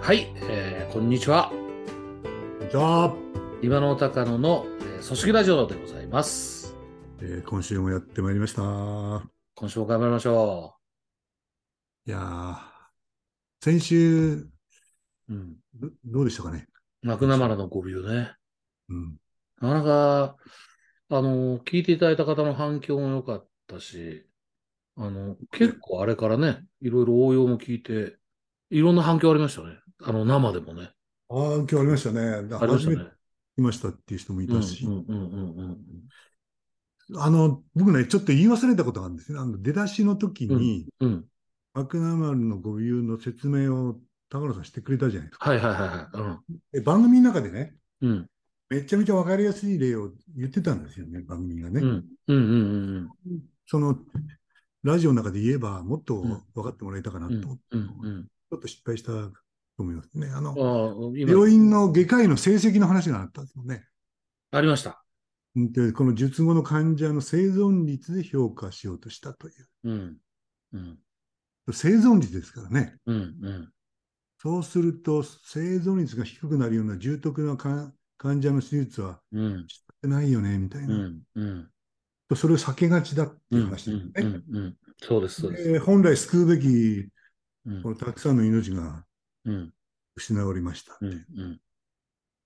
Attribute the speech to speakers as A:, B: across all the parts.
A: はい、えーこんにちは。
B: じゃあ、
A: 今の高野の、えー組織ラジオでございます。
B: えー今週もやってまいりました。い
A: 今週も頑張りましょ
B: やー先週
A: う。うん。
B: ど、どうでしたかね。
A: マクナマラの5秒ね。
B: うん。
A: なかなか、あの、聞いていただいた方の反響も良かったし、あの、結構あれからね、いろいろ応用も聞いて、いろんな反響ありましたね。あの、生でもね。
B: ああ、今日ありましたね。
A: ありまし
B: 初
A: た
B: め
A: ね
B: て。来ましたっていう人もい
A: うん、う
B: た
A: ん
B: し、、
A: うん、うんうん。
B: あの、僕ね、ちょっと言い忘れたことがあるんですね。あの、出だしの時に、
A: うん。
B: マクナマルのご理由の説明を高野さんしてくれたじゃないですか。
A: はいはいはいはい。
B: え番組の中でね、
A: うん。うん。
B: めちゃめちゃわかりやすい例を言ってたんですよね、番組がね。
A: うん。うんうんうん
B: その、ラジオの中で言えば、もっと
A: うん
B: 分かってもらえたかな
A: うん。うん
B: と、
A: うん
B: ちょっと失敗したと思いますね。あ
A: う
B: の、
A: ん。ああ、今、
B: 病院の外科医の成績の話があったんですよね。
A: ありました。
B: うんで、この術後の患者の生存率で評価しようとしたとい
A: うん。うん。
B: う。生存率ですからね。
A: うん。うん。
B: そうすると、生存率が低くなるような重篤なか患者の手術は
A: うん。
B: してないよね、みたいな。
A: うん。うん。
B: それを避けがちだっていう話ですね。
A: うん。うん。うん。そうです、そうです。
B: で本来救うべき、
A: うん
B: こ。のたくさんの命が
A: うん。
B: 失われました。
A: うん。うん。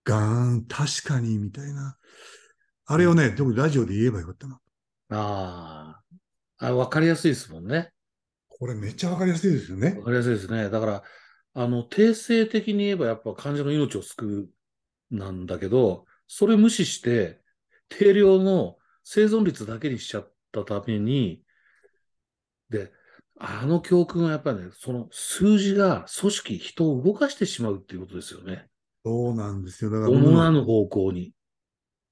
B: ガーン、確かに、みたいな。あれをね、僕ラジオで言えばよかったな。
A: ああ。あ、わかりやすいですもんね。
B: これめっちゃわかりやすいですよね
A: わ。かりやすいですね。だから、あの、定性的に言えばやっぱ患者の命を救うなんだけど、それ無視して、定量の生存率だけにしちゃったために、で、あの教訓はやっぱりね、その数字が組織、人を動かしてしまうっていうことですよね。
B: そうなんですよ。だから僕
A: 思
B: も
A: わぬ方向に。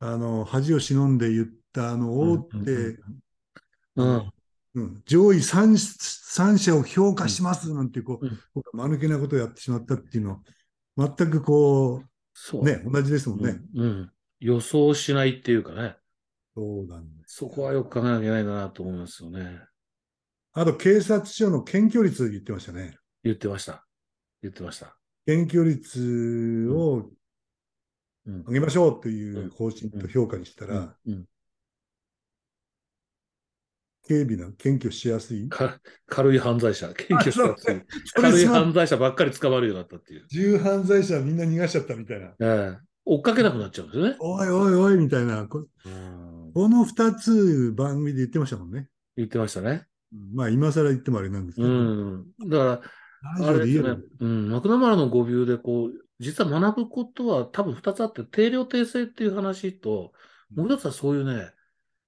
B: あの、恥を忍んで言った、あの、大手、
A: うん。
B: うん上位 3, 三社を評価しますなんて、こう
A: うん、
B: 僕は間抜けなことをやってしまったっていうのは、全くこ
A: そう
B: う、ね、同じですもんね。
A: うんうん。予想しないっていうかね、
B: そうなんです。
A: そこはよく考えなきゃいけないんだなと思いますよね。
B: あと、警察署の検挙率言ってましたね。
A: 言ってました。言ってました。
B: 検挙率を
A: うん
B: 上げましょうという方針と評価にしたら、
A: うん、
B: 軽微な検挙しやすい。
A: か軽い犯罪者、検挙したっていう
B: それ
A: 軽い
B: すごい
A: 犯罪者ばっかり捕まるようになったっていう。
B: 重犯罪者はみんな逃がしちゃったみたいな。
A: ええ追っかけなくなっちゃうんですよね。
B: おいおいおいみたいな、こ
A: うん
B: この2つ番組で言ってましたもんね。
A: 言ってましたね。
B: うんまあ、今更言ってもあれなんですけ
A: う
B: ど、
A: ん。だから、
B: ラジ
A: あれ
B: オ
A: で
B: で言
A: す
B: えば
A: ね、うん、マクナマラの語尾で、こう、実は学ぶことは多分2つあって、定量定性っていう話と、もう1つはそういうね、やっ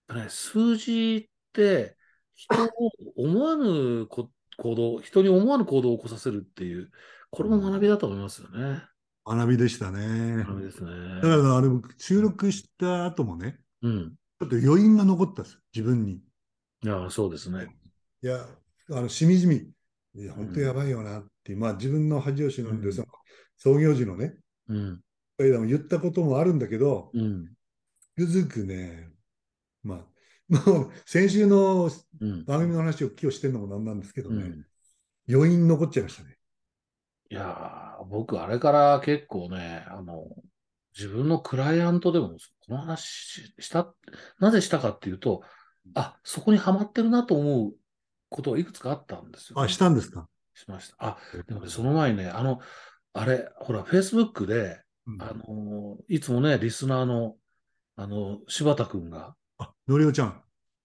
A: ぱね数字って、人を思わぬこ行動、人に思わぬ行動を起こさせるっていう、これも学びだと思いますよね。
B: 学びでしたね。
A: 学びですね。
B: だから、あれ、僕収録した後もね、
A: うん。
B: ちょっと余韻が残ったんですよ、自分に。
A: いや、そうですね。
B: いや、あの、しみじみ、いや、本当やばいよなっていう、まあ、自分の恥を忍ん
A: う
B: で、
A: ん
B: その、創業時のね、
A: うん。
B: 彼らも言ったこともあるんだけど、
A: うん。
B: つくづくね、まあ、 もう、先週の
A: うん。
B: 番組の話を今日してるのもなんなんですけど
A: う
B: ね、
A: ん、
B: 余韻残っちゃいましたね。
A: いやー、僕、あれから結構ね、あの、自分のクライアントでも、この話しした、なぜしたかっていうと、あ、そこにはまってるなと思うことはいくつかあったんですよ、
B: あ、したんですか
A: しました。あ、でもね、その前にね、あの、あれ、ほら、Facebook で、
B: うん
A: あのーいつもね、リスナーの、あの、柴田くんが
B: あ、のりおちゃん。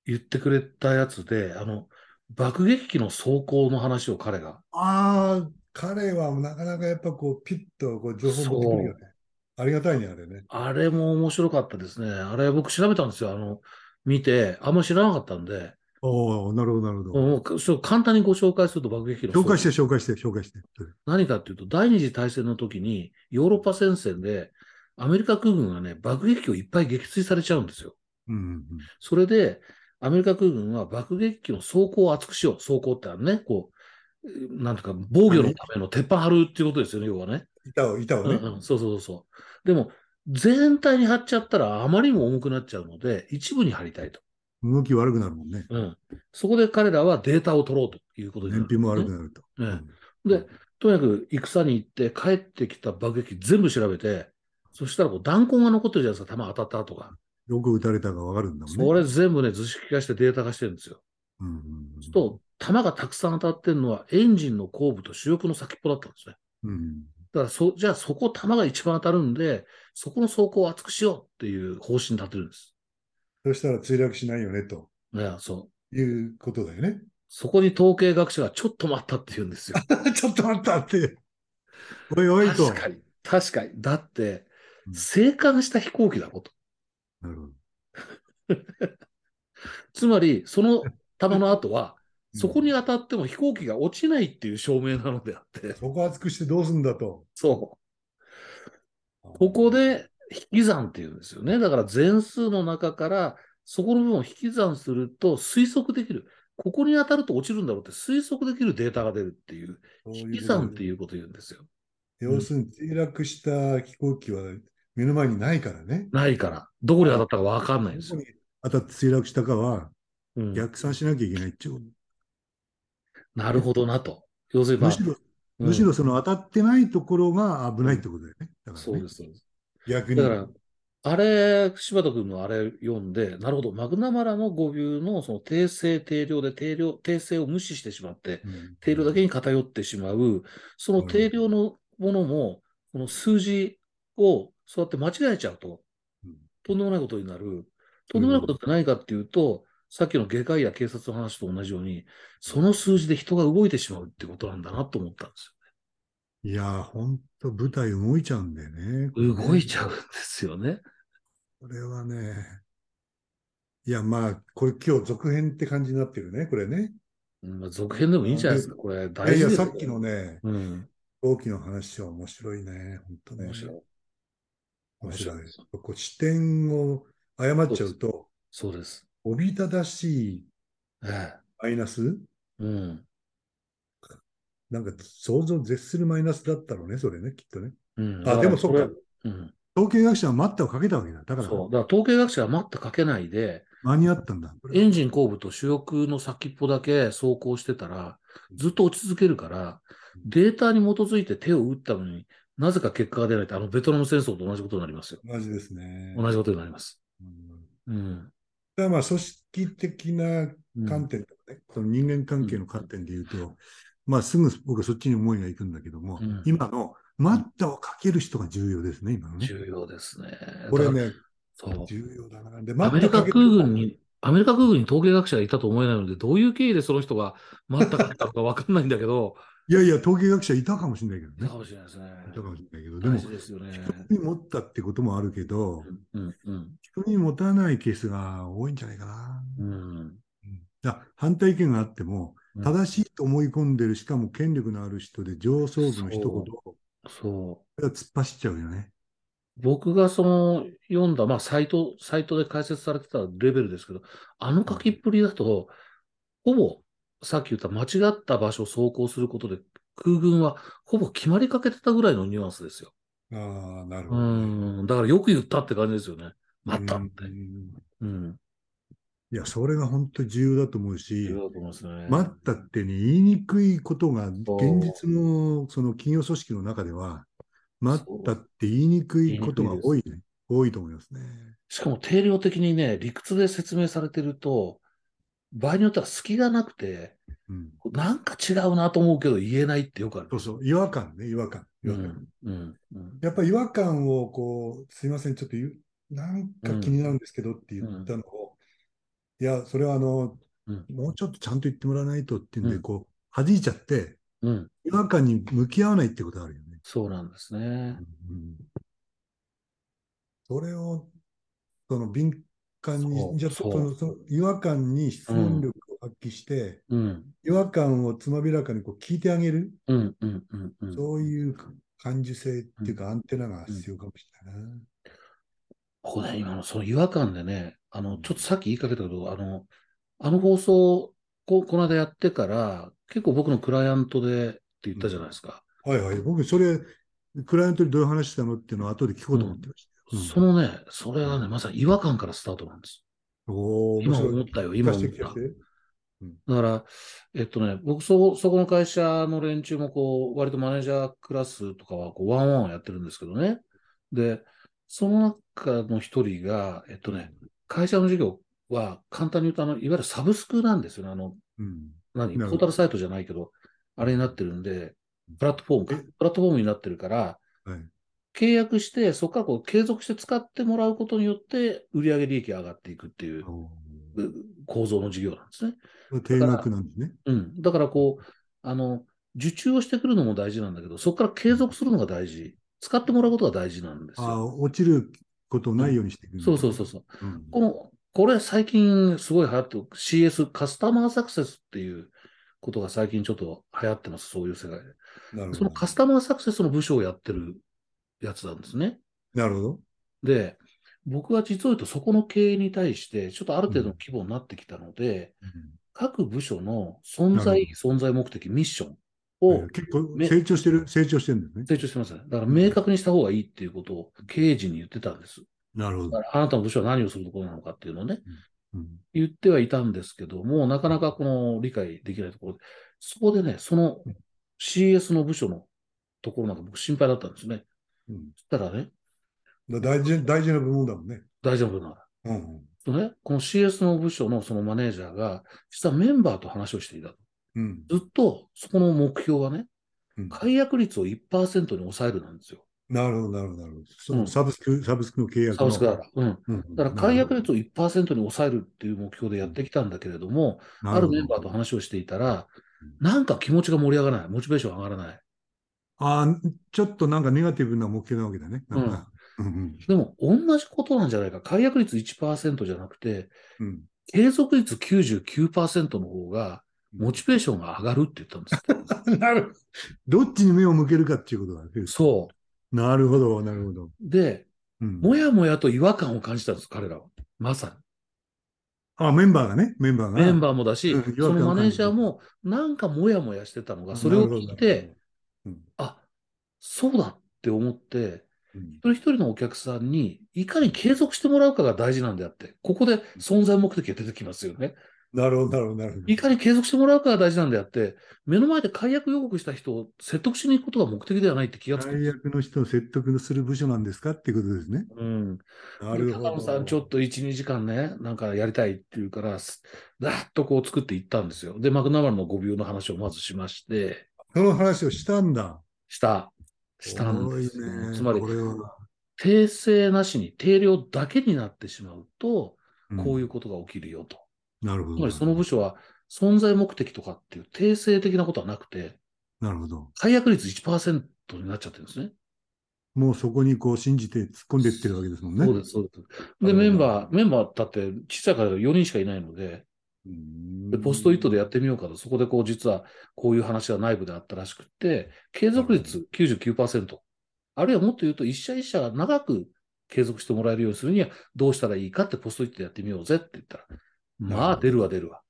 A: 言ってくれたやつで、あの、爆撃機の走行の話を彼が、
B: ああ、彼はなかなかやっぱこう、ピッとこう情報持ってくるよね。ありがたいね、あれね。
A: あれも面白かったですね。あれ僕調べたんですよ。あの、見て、あんま知らなかったんで、
B: おお、なるほど、なるほど。
A: もうちょっと簡単にご紹介すると爆撃機の
B: 紹介してて、紹介して、紹介して。
A: 何かっていうと、第二次大戦の時にヨーロッパ戦線でアメリカ空軍がね、爆撃機をいっぱい撃墜されちゃうんですよ。
B: うんうんうん。
A: それで、アメリカ空軍は爆撃機の装甲を厚くしよう。装甲ってあのね、こう、なんとか防御のための鉄板張るっていうことですよね、要はね。
B: 板を、板をね。
A: うんうん、そうそうそう。でも、全体に貼っちゃったらあまりにも重くなっちゃうので、一部に貼りたいと。
B: 動き悪くなるもんね。
A: うん。そこで彼らはデータを取ろうということにな
B: 燃
A: る、
B: 費も悪くなると。
A: ええ
B: うん
A: でとにかく戦に行って帰ってきた爆撃全部調べて、そしたらこう弾痕が残ってるじゃないですか、弾当たったとか。
B: どこ撃たれたかわかるんだもんね。
A: それ全部ね、図式化してデータ化してるんですよ。
B: うんうんうん、
A: と、弾がたくさん当たってるのはエンジンの後部と主翼の先っぽだったんですね。
B: う
A: だ
B: ん。
A: からそ、じゃあそこ弾が一番当たるんで、そこの走行を厚くしようっていう方針立てるんです。
B: そしたら墜落しないよね、と
A: ね、そう。
B: いうことだよね。
A: そこに統計学者がちょっと待ったって言うんですよ。
B: ちょっと待ったって。おいおいと。
A: 確かに。確かに。だって
B: う、ん
A: 生還した飛行機だろと。
B: なるほど
A: つまり、その弾の後は、
B: うん
A: そこに当たっても飛行機が落ちないっていう証明なのであって、
B: そこ厚くしてどうすんだと。
A: そう。こ
B: こ
A: こで引き算っていうんですよね。だから全数の中から、そこの部分を引き算すると推測できる。ここに当たると落ちるんだろうって推測できるデータが出るっていう、引き算って
B: う
A: いうこと言うんですよ。
B: ことで。要するに墜落した飛行機は目の前にないからね。
A: ないから、どこに当たったか分かんないんです
B: ど
A: よ
B: こ。に当たって墜落したかは
A: うん
B: 逆算しなきゃいけないっていうこと
A: なるほどなと。要するに、まあ
B: むしろ、
A: うん
B: むしろその当たってないところが危ないってことだよね。だか
A: そう
B: ら
A: で
B: ね。
A: す、そうです。
B: 逆に。
A: だから、あれ、柴田君のあれ読んで、なるほど、マグナマラの語尾のその訂正、定量で定量、訂正を無視してしまって、
B: うん
A: 定量だけに偏ってしまう、その定量のものも、この数字をそうやって間違えちゃうと
B: うん、
A: とんでもないことになる。とんでもないことって何かっていうと、さっきの外科医や警察の話と同じように、その数字で人が動いてしまうってことなんだなと思ったんですよ。
B: いやー、ほんと舞台動いちゃうんだよね。
A: 動いち
B: ゃ
A: ゃ
B: う。
A: うんですよね。
B: これはね。いや、まあ、これ今日続編って感じになってるね、これね。
A: うんまあ、続編でもいいんじゃないですか、これ。
B: いや
A: 大
B: い
A: 事で
B: や、
A: す
B: さ
A: よ
B: っきのね、
A: うん。
B: 大きな話は面白いね、本当ね。
A: 面白い。
B: 面白い
A: 面白い
B: こう視点を誤っちゃうと、
A: そうです。
B: おびただしい
A: ええ。
B: マイナス、
A: うん。
B: なんか想像を絶するマイナスだったろうね、それね、きっとね。
A: うん、
B: あ、でもそっ
A: れ
B: か。
A: うん。
B: 統計学者は待ったをかけたわけだ。だから、
A: そう。だから統計学者は待ってかけないで、
B: 間に合ったんだ。これ
A: エンジン後部と主翼の先っぽだけ走行してたら、ずっと落ち続けるから、データに基づいて手を打ったのになぜか結果が出ないって、あのベトナム戦争と同じことになりますよ。
B: 同じですね。
A: 同じことになります。
B: うん
A: うん。
B: だからまあ、組織的な
A: うん
B: 観点とかね、その人間関係の観点で言うと、まあ、すぐ僕はそっちに思いがいくんだけども、
A: うん
B: 今の待ったをかける人が重要ですね、今のね。
A: 重要ですね。
B: これ
A: だから。
B: ね、
A: そう。
B: 重要だな。で、
A: アメ
B: 待
A: リ
B: った
A: カ
B: かけ
A: 空軍に、アメリカ空軍に統計学者がいたと思えないので、どういう経緯でその人が待ったかったのか分かんないんだけど、
B: いやいや、統計学者いたかもしれないけ
A: いた
B: ど
A: か
B: ね。
A: もしれないですね。
B: いたかもしれないけど、でも
A: 大事、ですよね。
B: に持ったってこともあるけど、
A: うん、うん、
B: 人に持たないケースが多いんじゃないかな。
A: うん。
B: だ反対意見があっても
A: うん、
B: 正しいと思い込んでる、しかも権力のある人で上層部の一言
A: そう
B: を、こ
A: そう。
B: れは突っ走っちゃうよね。
A: 僕がその読んだ、まあ、サイト、サイトで解説されてたレベルですけど、あの書きっぷりだと、ほぼ、さっき言った間違った場所を走行することで、空軍はほぼ決まりかけてたぐらいのニュアンスですよ。
B: ああ、なる
A: う
B: ほどね。
A: ん。だからよく言ったって感じですよね。またっ
B: うん
A: て。うん。
B: いや、それが本当重要だと思う
A: い
B: し
A: う、だと思いますね。
B: 待ったってね、言いにくいことが、現
A: そう
B: 実のその企業組織の中では、待ったって言いにくいことが多いね。多いと思いますね。
A: しかも定量的にね、理屈で説明されてると、場合によっては隙がなくて、
B: うん。
A: なんか違うなと思うけど言えないってよくある。
B: そうそう、違和感ね、違和感。違
A: う
B: 和感
A: ん。うん。うん。
B: やっぱり違和感をこう、すいません、ちょっと言うなんか気になるんですけどって言ったのを、いや、それはあの、
A: うん
B: もうちょっとちゃんと言ってもらわないとっていうん
A: う
B: で、
A: ん
B: こう、弾いちゃって、
A: うん。
B: 違和感に向き合わないってことあるよね。
A: そうなんですね。
B: それを、その敏感
A: そう
B: に、じゃあ
A: そう
B: そのその違和感に質問力を発揮して、
A: うん。
B: 違和感をつまびらかにこう聞いてあげる、
A: うんうんうんうん。
B: そういう感受性っていうか、アンテナが必要かもしれないな。
A: ここね、今のその違和感でね、あの、ちょっとさっき言いかけたけど、あの、あの放送、こ、この間やってから、結構僕のクライアントでって言ったじゃないですか。
B: はいはい、僕、それ、クライアントにどういう話したのっていうのを後で聞こうと思ってました。うん
A: そのね、それがね、まさに違和感からスタートなんです。
B: おおー、面
A: 今
B: 白
A: 思っ
B: い。
A: たよ、
B: 聞
A: 今
B: か
A: 思
B: せ
A: って
B: 聞
A: た
B: かせ。て。うん
A: だから、えっとね、僕そ、そこの会社の連中もこう、割とマネージャークラスとかはこう、ワンワンをやってるんですけどね。で、その中の一人が、えっとね、会社の事業は簡単に言うと、あの、いわゆるサブスクなんですよね。あの、
B: うん。
A: 何
B: な
A: ポ
B: るほど
A: ータルサイトじゃないけど、あれになってるんで、プラットフォームか
B: え。
A: プラットフォームになってるから、
B: はい。
A: 契約して、そこからこう継続して使ってもらうことによって、売上利益が上がっていくっていう
B: お
A: う構造の事業なんですね。
B: ー定額なんですね。
A: うん。だからこう、あの、受注をしてくるのも大事なんだけど、そこから継続するのが大事。使ってもらうことが大事なんです
B: ああ
A: よ。
B: ー、落ちることないようにしていくんだ
A: そうそうそうそう。
B: うん
A: この、これ最近すごい流行ってる CS、カスタマーサクセスっていうことが最近ちょっと流行ってます。そういう世界で。
B: なる
A: そ
B: ほ
A: の
B: ど。
A: カスタマーサクセスの部署をやってるやつなんですね。
B: なるほど。
A: で、僕は実を言うとそこの経営に対して、ちょっとある程度の規模になってきたので、各部署の存
B: な
A: 在
B: る、
A: 存在目的、ミッション
B: うん
A: を
B: えー結構
A: ね
B: 成長してる、成長してるんですね。
A: 成長してますね。だから明確にした方がいいっていうことを経営陣に言ってたんです。
B: なるほ
A: だか
B: ど。
A: らあなたの部署は何をするところなのかっていうのをね、
B: うん
A: 言ってはいたんですけども、なかなかこの理解できないところで、そこでね、その CS の部署のところなんか僕心配だったんですね。
B: うん
A: そしたらね、
B: だから大事、大事な部門だもんね。
A: 大丈夫なら。
B: うんうん。
A: そのね、この CS の部署のそのマネージャーが、実はメンバーと話をしていたと。
B: うん。
A: ずっとそこの目標はね、
B: うん
A: 解約率を1%に抑えるなんですよ。
B: なるほど、なるほど、なるほど。そ
A: うん
B: のサブスク、サブスクの契約の。
A: サブスクだから。うん。
B: うん
A: だから解約率
B: を
A: を1%に抑えるっていう目標でやってきたんだけれども、あるメンバーと話をしていたら、なんか気持ちが盛り上がらない、モチベーション上がらない。
B: ああ、ちょっとなんかネガティブな目標なわけだね。なんか。うんうん
A: でも、同じことなんじゃないか。解約率1%じゃなくて、
B: うん
A: 継続率99%の方が、モチベーションが上がるって言ったんですよ。
B: なる どっちに目を向けるかっていうことだね。
A: そ
B: なるほど、なるほど。
A: う。で、
B: うん
A: もやもやと違和感を感じたんです、彼らは。まさ
B: あ、メンバーがね、メンバー
A: に。
B: が。
A: メンバーもだし、
B: うん違和
A: そ
B: 感を感じる
A: のマネージャーも、なんかもやもやしてたのが、それを聞いて、、あ、そうだって思って、一人一人のお客さんにいかに継続してもらうかが大事なんであって、ここで存在目的が出てきますよね。
B: なるほど、なるほど、なるほど。
A: いかに継続してもらうかが大事なんであって、目の前で解約予告した人を説得しに行くことが目的ではないって気がつく。
B: 解約の人を説得する部署なんですかっていうことですね。
A: うん、
B: な
A: 高
B: るほど。
A: 野さん、ちょっと1、2時間ね、なんかやりたいっていうから、すだーっとこう作っていったんですよ。で、マクナマラの誤病の話をまずしまして、
B: その話をしたんだ。
A: した、したんです
B: す
A: よ
B: ごいね。
A: つまり、
B: これは、。
A: 訂正なしに定量だけになってしまうと、こういううことが起きるよと。
B: なるほ
A: つま
B: ど。
A: りその部署は存在目的とかっていう定性的なことはなくて、
B: なるほど。
A: 解約率1%になっちゃってるんですね。
B: もうそこにこう信じて突っ込んでいってるわけですもんね。
A: そうです、そうです。で、
B: な
A: メ
B: る
A: ン
B: ほど
A: バー、メンバーだって小さいから4人しかいないので、でポストイットでやってみようかと、そこでこう実はこういう話が内部であったらしくって、継続率99%、あるいはもっと言うと一社一社が長く継続してもらえるようにするにはどうしたらいいかってポストイットでやってみようぜって言ったら、まあ出るわ出るわ。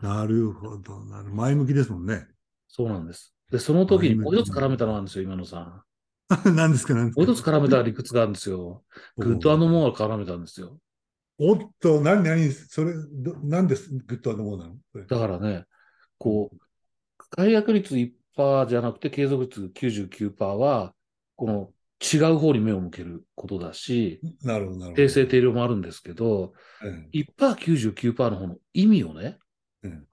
B: なるほど。なる前向きですもんね。
A: そうなんです。で、その時にもう一つ絡めたのがあるんですよ、今野さん。
B: 何ですか、何ですか。
A: もう一つ絡めた理屈があるんですよ。グッドモアを絡めたんですよ。
B: おっと、何、何、それ、ど何です、グッドアンドモーなのこれ
A: だからね、こう、解約率1%じゃなくて継続率99%は、この違う方に目を向けることだし、
B: なるほど、なるほど。
A: 訂正定量もあるんですけど、
B: うん
A: 1%99% の方の意味をね
B: うん、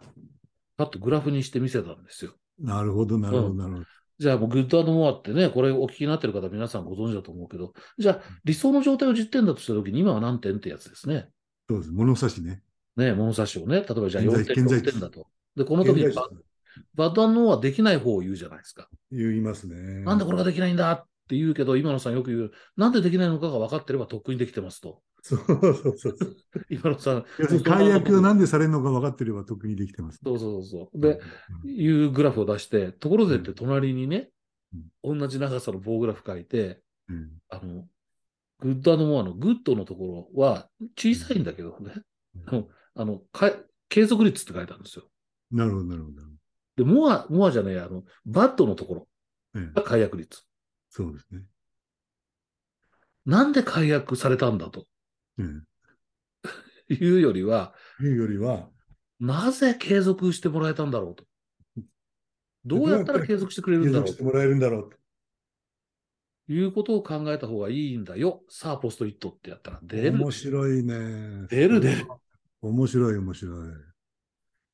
A: パッとグラフにしてみせたんですよ。
B: なるほど、なるほど、なるほど。
A: じゃあもうグッドモアってね、これお聞きになってる方皆さんご存知だと思うけど、じゃあ理想の状態を10点だとした時に今は何点ってやつですね。
B: そうです。物差しね。
A: ね、物差しをね、例えばじゃあ
B: 現在
A: 4点、
B: 現在
A: 6
B: 地
A: 点だと。で、この時に
B: 現在
A: バ
B: 地
A: バッドアンノーはできない方を言うじゃないですか。
B: 言いますね。
A: なんでこれができないんだって言うけど、今野さんよく言う、なんでできないのかが分かってればとっくにできてますと。
B: そうそうそうそう。
A: 今野さん、
B: 要するに解約をなんでされるのか分かってれば特にできてます。
A: そうそうそう。で、いうグラフを出して、ところでって隣にね、同じ長さの棒グラフ書いて、
B: うん、
A: あの、グッドアンドモアのグッドのところは小さいんだけどね、うんあの、か継続率って書いてあるんですよ。
B: なるほど、なるほど。
A: で、モア、モアじゃねえや、あの、バッドのところ
B: ええ
A: が解約率。
B: そうですね。
A: なんで解約されたんだと
B: うん
A: いうよりは、
B: いうよりは、
A: なぜ継続してもらえたんだろうと。どうやったら継続してくれる
B: 継
A: んだろ
B: 続
A: う
B: してもらえるんだろうと。
A: ということを考えた方がいいんだよ。さあ、ポストイットってやったら出る。
B: 面白いね。
A: 出る出る。
B: 面白い、面白い。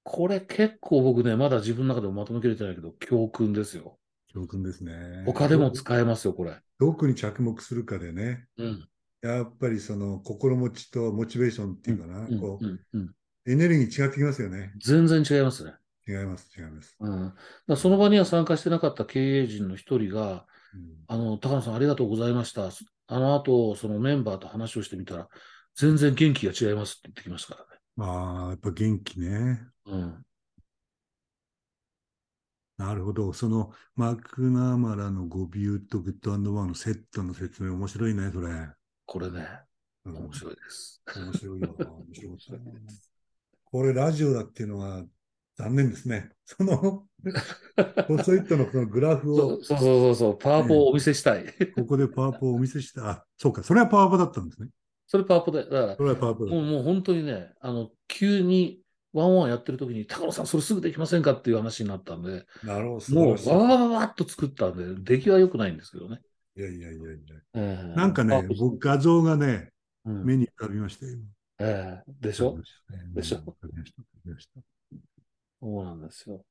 A: これ結構僕ね、まだ自分の中でもまとめきれてないけど、教訓ですよ。
B: 教訓ですね。
A: 他でも使えますよ、これ。
B: どこに着目するかでね、
A: うん。
B: やっぱりその心持ちとモチベーションっていうかな、
A: うん
B: こ
A: うんうん、
B: うエネルギー違ってきますよね。
A: 全然違いますね。
B: 違います、違います。
A: うん、だからその場には参加してなかった経営陣の一人が、
B: うん
A: あの、高野さんありがとうございました。あの後、そのメンバーと話をしてみたら、全然元気が違いますって言ってきましたからね。
B: まあ、やっぱ元気ね。
A: うん。
B: なるほど。そのマクナーマラのゴビューとグッドアンドワンのセットの説明面白いね、それ。
A: これね、
B: うん
A: 面白いです。
B: 面白いよ。 面白かったね。これラジオだっていうのは残念ですね。その、ポソイットのこのグラフ
A: そ
B: を
A: うそうそうそう、パワポをお見せしたい。
B: ここでパワーポをお見せした。あ、そうか。それはパワーポだったんですね。
A: それパワポで、だから、
B: それはパワーポだっ
A: もうもう本当にね、あの、急にワンワンやってる時に、高野さんそれすぐできませんかっていう話になったんで、
B: た。なるほど。素晴
A: も
B: らし
A: う
B: い
A: わわわわっと作ったんで、出来は良くないんですけどね。
B: いやいやいやいや。
A: ええ
B: なんかね、僕、画像がね、
A: うん
B: 目に浮かびましたよ。
A: ええでしょでしょ
B: 浮かびました。浮かびました
A: そうなんですよ。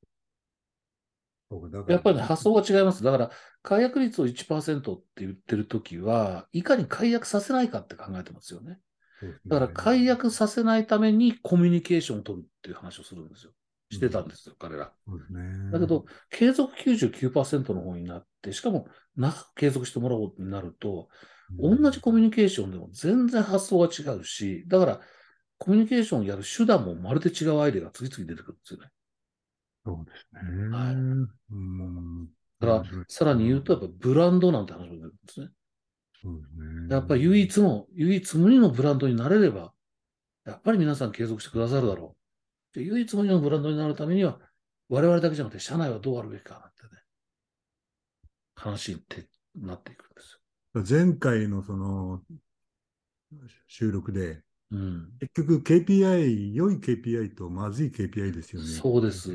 B: そうかだから
A: やっぱりね、発想が違います。だから、解約率を1%って言ってる時は、いかに解約させないかって考えてますよね。
B: そうですね
A: だから、解約させないためにコミュニケーションを取るっていう話をするんですよ。してたんですよ、彼ら。
B: そうですね。
A: だけど、継続99%の方になって、しかも、長く継続してもらおうになると、
B: う
A: 同
B: ん、
A: じコミュニケーションでも全然発想が違うし、だから、コミュニケーションをやる手段もまるで違うアイデアが次々出てくるんですよね。
B: そうですね。
A: はい
B: うん。
A: だから
B: 面白い
A: さらに言うと、やっぱブランドなんて話も出てくるんですね。
B: そうですね。
A: やっぱり唯一の、唯一無二のブランドになれれば、やっぱり皆さん継続してくださるだろう。で唯一無二のブランドになるためには、我々だけじゃなくて、社内はどうあるべきかなんてね、話ってなっていくんです
B: 前回のその、収録で、
A: よ。うん。
B: 結局 KPI、良い KPI とまずい KPI ですよね。
A: そうです。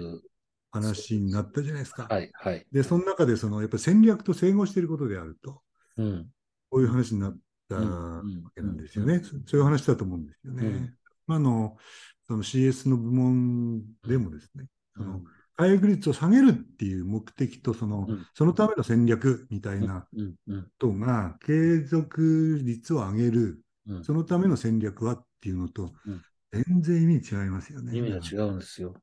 B: 話になったじゃないですか。
A: はい、はい。
B: で、その中で、その、やっぱり戦略と整合していることであると、
A: うん。
B: こういう話になった
A: うん
B: わ
A: うん
B: けなんですよね。そそういう話だと思うんですよね。
A: うん
B: まああの、その CS の部門でもですね、
A: う
B: その
A: ん。
B: 解約率を下げるっていう目的と、その、
A: うん
B: そのための戦略みたいな
A: うん。うん。
B: ことが、継続率を上げる、
A: うん
B: そのための戦略はっていうのと
A: うん、
B: 全然意味違いますよね。
A: 意味が違うんですよ。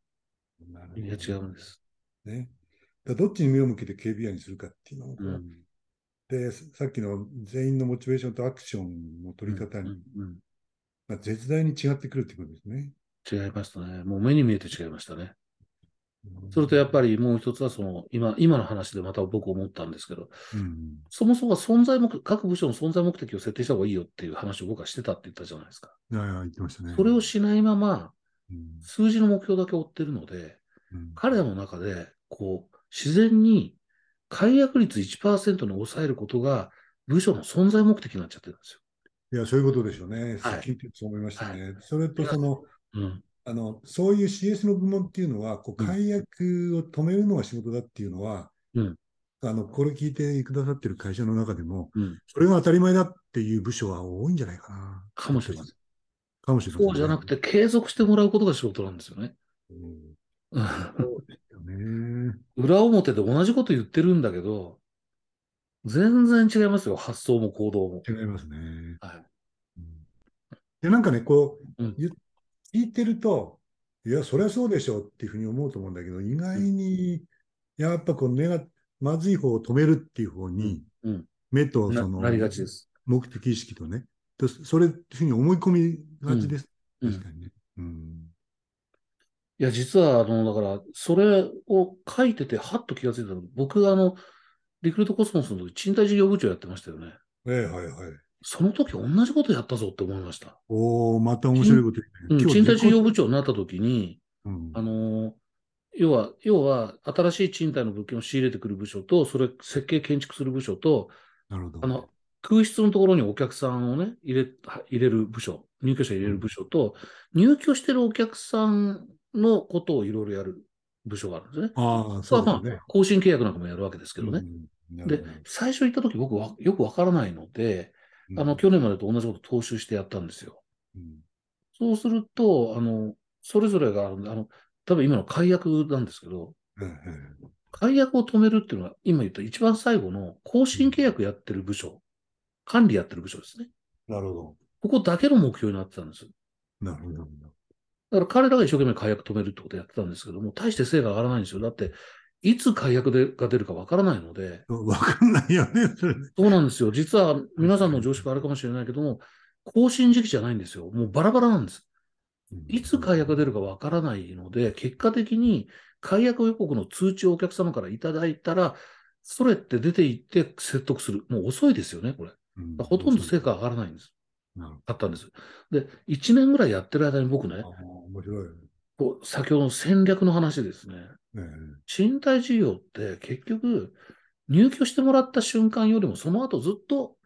B: う
A: 意味が違うんです。
B: ね。だからどっちに目を向けて KPI にするかっていうのも、
A: うん。
B: で、ささっきの全員のモチベーションとアクションの取り方に、
A: うんうん
B: まあ、絶大に違ってくるってことですね。
A: 違いましたね。もう目に見えて違いましたね。それとやっぱりもう一つはその今、今の話でまた僕思ったんですけど、
B: り、うん、
A: そもそも存在目、各部署の存在目的を設定した方がいいよっていう話を僕はしてたって言ったじゃないですか。
B: いやいや言ってましたね。
A: それをしないまま、
B: うん、
A: 数字の目標だけ追ってるので、
B: うん
A: 彼らの中で、こう、自然に解約率1%に抑えることが、部署の存在目的になっちゃってるんです
B: いや、そういうことでしょうね。
A: はい
B: 聞いててそう思いましたね。それと、その、
A: よ。うん。
B: あの、そういう CS の部門っていうのは、こう、解約を止めるのが仕事だっていうのは、
A: うん
B: あの、これ聞いてくださってる会社の中でも、
A: うん。
B: それが当たり前だっていう部署は多いんじゃないかな。
A: かもしれません。
B: かもしれません、
A: そうじゃなくて、継続してもらうことが仕事なんですよね。
B: うん。
A: うん
B: そうですよね。
A: 裏表で同じこと言ってるんだけど、全然違いますよ、発想も行動も。
B: 違いますね。
A: はい
B: うんで、なんかね、こう、
A: うん
B: ゆ聞いてると、いや、そりゃそうでしょっていうふうに思うと思うんだけど、意外に、やっぱこう、ネガ、まずい方を止めるっていう方に、
A: うんうん
B: 目と
A: な
B: その、
A: なりがちです。
B: 目的意識とね、とそれっていうふうに思い込みがちです。
A: うんうん
B: 確かにね。うん。
A: いや、実は、あの、だから、それを書いてて、はっと気がついたの。僕、あの、リクルートコスモスの時、賃貸事業部長やってましたよね。
B: ええ、はいはい。
A: その時、同じことやったぞって思いました。
B: おおまた面白いこと
A: う
B: 言
A: ん、
B: ってる。
A: 賃貸事
B: 絶好
A: 業部長になった時に、
B: うん
A: あの、要は、要は、新しい賃貸の物件を仕入れてくる部署と、それ、設計建築する部署と、
B: なるほど。
A: あの、空室のところにお客さんをね、入れ、は入れる部署、入居者入れる部署と、入居してるお客さんのことをいろいろやる部署があるんですね。
B: ああ、そう
A: ま
B: で
A: あ
B: すね。
A: 更新契約なんかもやるわけですけどね。
B: うんな
A: で
B: るほど、
A: 最初行った時僕はよくわからないので、あ
B: う
A: の、
B: ん
A: 去年までと同じこと踏襲してやったんですよ。
B: うん
A: そうすると、あの、それぞれが、あの、多分今の解約なんですけど、
B: うんうん
A: 解約を止めるっていうのは、今言った一番最後の更新契約やってる部署、管理やってる部署ですね。
B: なるほど。
A: ここだけの目標になってたんです。
B: なるほど。
A: だから彼らが一生懸命解約止めるってことやってたんですけども、大して成果上がらないんですよ。だって、いつ解約でが出るかわからないので、
B: わかんないよね、それ。
A: そうなんですよ。実は皆さんの常識はあるかもしれないけども、更新時期じゃないんですよ。もうバラバラなんです。いつ解約が出るかわからないので、結果的に解約予告の通知をお客様からいただいたら、それって出ていって説得する。もう遅いですよね、これ。
B: うん
A: ほとんど成果上がらないんです。
B: なるほ
A: あったんです。で、1年ぐらいやってる間に僕ね
B: ど。あ、あ面白い。
A: こう先ほどの戦略の話ですね。
B: ね
A: 賃貸事業って結局、入居してもらった瞬間よりも、その後ずっと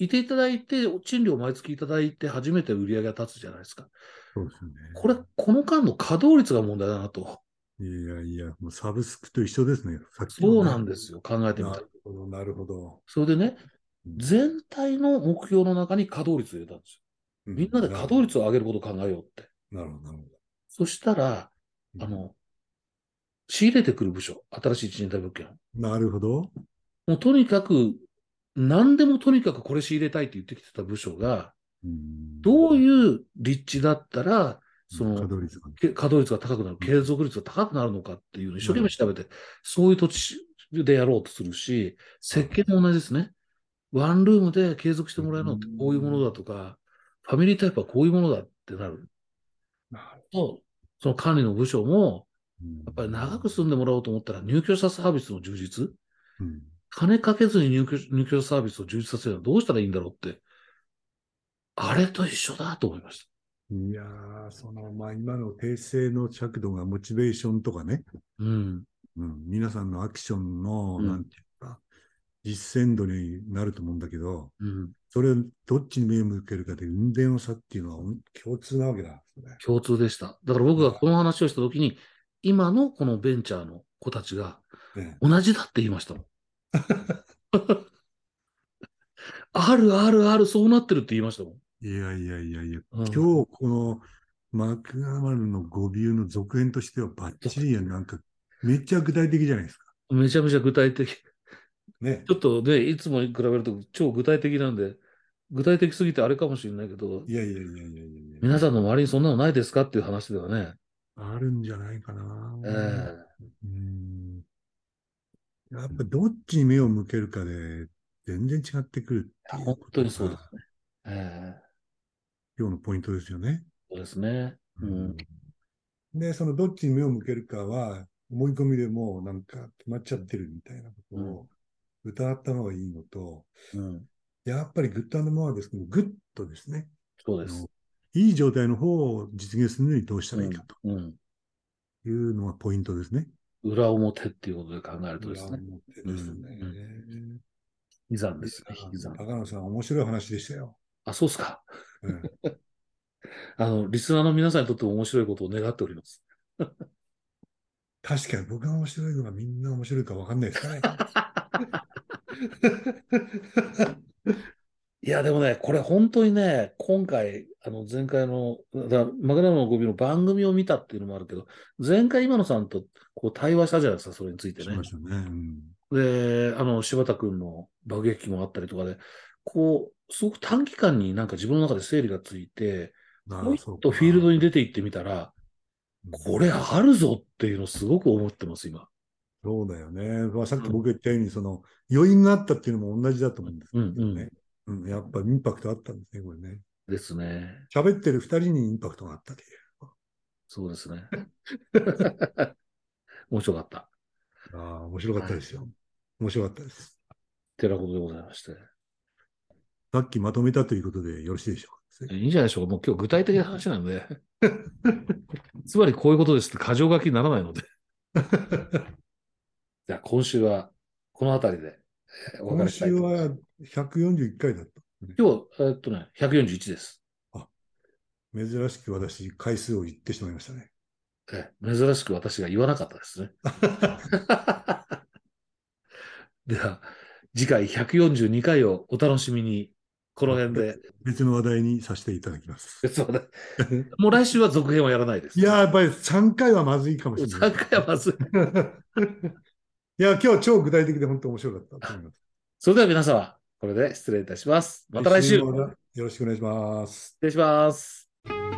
A: いていただいて、賃料を毎月いただいて、初めて売り上げが立つじゃないですか。
B: そうですね。
A: これ、この間の稼働率が問題だなと。
B: いやいや、もうサブスクと一緒ですね。さっきのね
A: そうなんですよ、考えてみ
B: な
A: たら
B: る。ほど、なるほど。
A: それでね、
B: うん
A: 全体の目標の中に稼働率を入れたんですよ。みんなで稼働率
B: 率。
A: を上げることを考えようって。
B: なるほど、なるほ
A: そしたら、
B: ど。
A: あの、仕入れてくる部署、新しい賃貸物件を。
B: なるほど。
A: もうとにかく、何でもとにかくこれ仕入れたいって言ってきてた部署が、どう
B: うん
A: いう立地だったら、その、
B: 稼働率が
A: け稼働率が高くなる、継続率が高くなるのかっていうのを一生懸命調べて、そういう土地でやろうとするし、設計も同じですね。ワンルームで継続してもらえるのってこういうものだとか、ファミリータイプはこういうものだってなる
B: なる
A: と、その管理の部署も、
B: うん
A: やっぱり長く住んでもらおうと思ったら、入居者サービスの充実、
B: うん
A: 金かけずに入居入居者サービスを充実させるのはどうしたらいいんだろうって、あれと一緒だと思いました。
B: いやー、その、まあ、今の訂正の尺度がモチベーションとかね、
A: うん。
B: うん、皆さんのアクションの、
A: うん
B: なんていうか、実践度になると思うんだけど、
A: うん。
B: それをどっちに目を向けるかで運転の差っていうのはうん共通なわけだ。
A: 共通でした。だから僕がこの話をしたときに、今のこのベンチャーの子たちが、
B: ね
A: 同じだって言いま したもん。あるあるある、そうなってるって言いましたもん。
B: いやいやいやいや、
A: うん
B: 今日このマクガマルの語尾の続編としてはバッチリや、なんか、めっちゃ具体的じゃないですか。
A: めちゃめちゃ具体的。
B: ね
A: ち。ょっとね、いつもに比べると超具体的なんで、具体的すぎてあれかもしれないけど、
B: いやいやいやいやいやいや。
A: 皆さんの周りにそんなのないですかっていう話ではね。
B: あるんじゃないかな。
A: ええ
B: うんやっぱどっちに目を向けるかで全然違ってくるっていう
A: 本
B: こ
A: 当
B: と
A: にそうで
B: が
A: すね。ええ
B: 今日のポイントですよね。
A: そうですね。うん。
B: で、そのどっちに目を向けるかは思い込みでもうなんか決まっちゃってるみたいなことを歌った方がいいのと、
A: うん。
B: やっぱりグッドマーですけど、グッとですね、
A: そうです。
B: いい状態の方を実現するのにどうしたらいいか
A: うん。
B: というのがポイントですね。
A: 裏表っていうことで考えるとです
B: いや
A: ね。
B: 思ってですね。
A: うん悲惨ですね。悲惨。
B: 高野さん、面白い話でしたよ。
A: あ、そうですか。
B: うん
A: あの、リスナーの皆さんにとっても面白いことを願っております。
B: 確かに僕が面白いのがみんな面白いか分かんないですかね。
A: いや、でもね、これ本当にね、今回、あの、前回の、だマグナムのゴビの番組を見たっていうのもあるけど、前回今野さんとこう対話したじゃない ですか、それについて
B: し
A: ね
B: ま。したね。うん
A: で、あの、柴田君の爆撃機もあったりとかで、こう、すごく短期間になんか自分の中で整理がついて、
B: な
A: もう
B: あ
A: 一
B: そう
A: と
B: か
A: フィールドに出て行ってみたら、これあるぞっていうのすごく思ってます、今。
B: そうだよね。まあ、さっき僕が言ったように、その余韻があったっていうのも同じだと思うんですけどね。うんやっぱインパクトあったんですね、これね。
A: ですね。
B: 喋ってる二人にインパクトがあったという。
A: そうですね。 面白かった。っ
B: ああ、面白かったですよ。面白かったです。
A: てなことでございまして。
B: さっきまとめたということでよろしいでしょうか。
A: いいんじゃないでしょうか。もう今日具体的な話なん で。つまりこういうことですって過剰書きにならないので。じゃあ今週はこの辺りでえーお別
B: 今
A: れしたい
B: 週
A: と思います。
B: は141回だった。
A: 今日、えーっとね、141です。
B: 珍しく私、回数を言ってしまいましたね。
A: ええ珍しく私が言わなかったです ね。では、次回142回をお楽しみに、この辺 で、
B: 別の話題にさせていただきます。
A: 別のね もう来週は続編はやらないです。
B: いやー、やっぱり3回はまずいかもしれない
A: 3。回はまずい。
B: いや、今日超具体的で本当面白かったと思います。
A: それでは皆様、これで失礼いたします。また来週。
B: も
A: 失
B: よろしくお願いします。
A: 礼します。
C: 「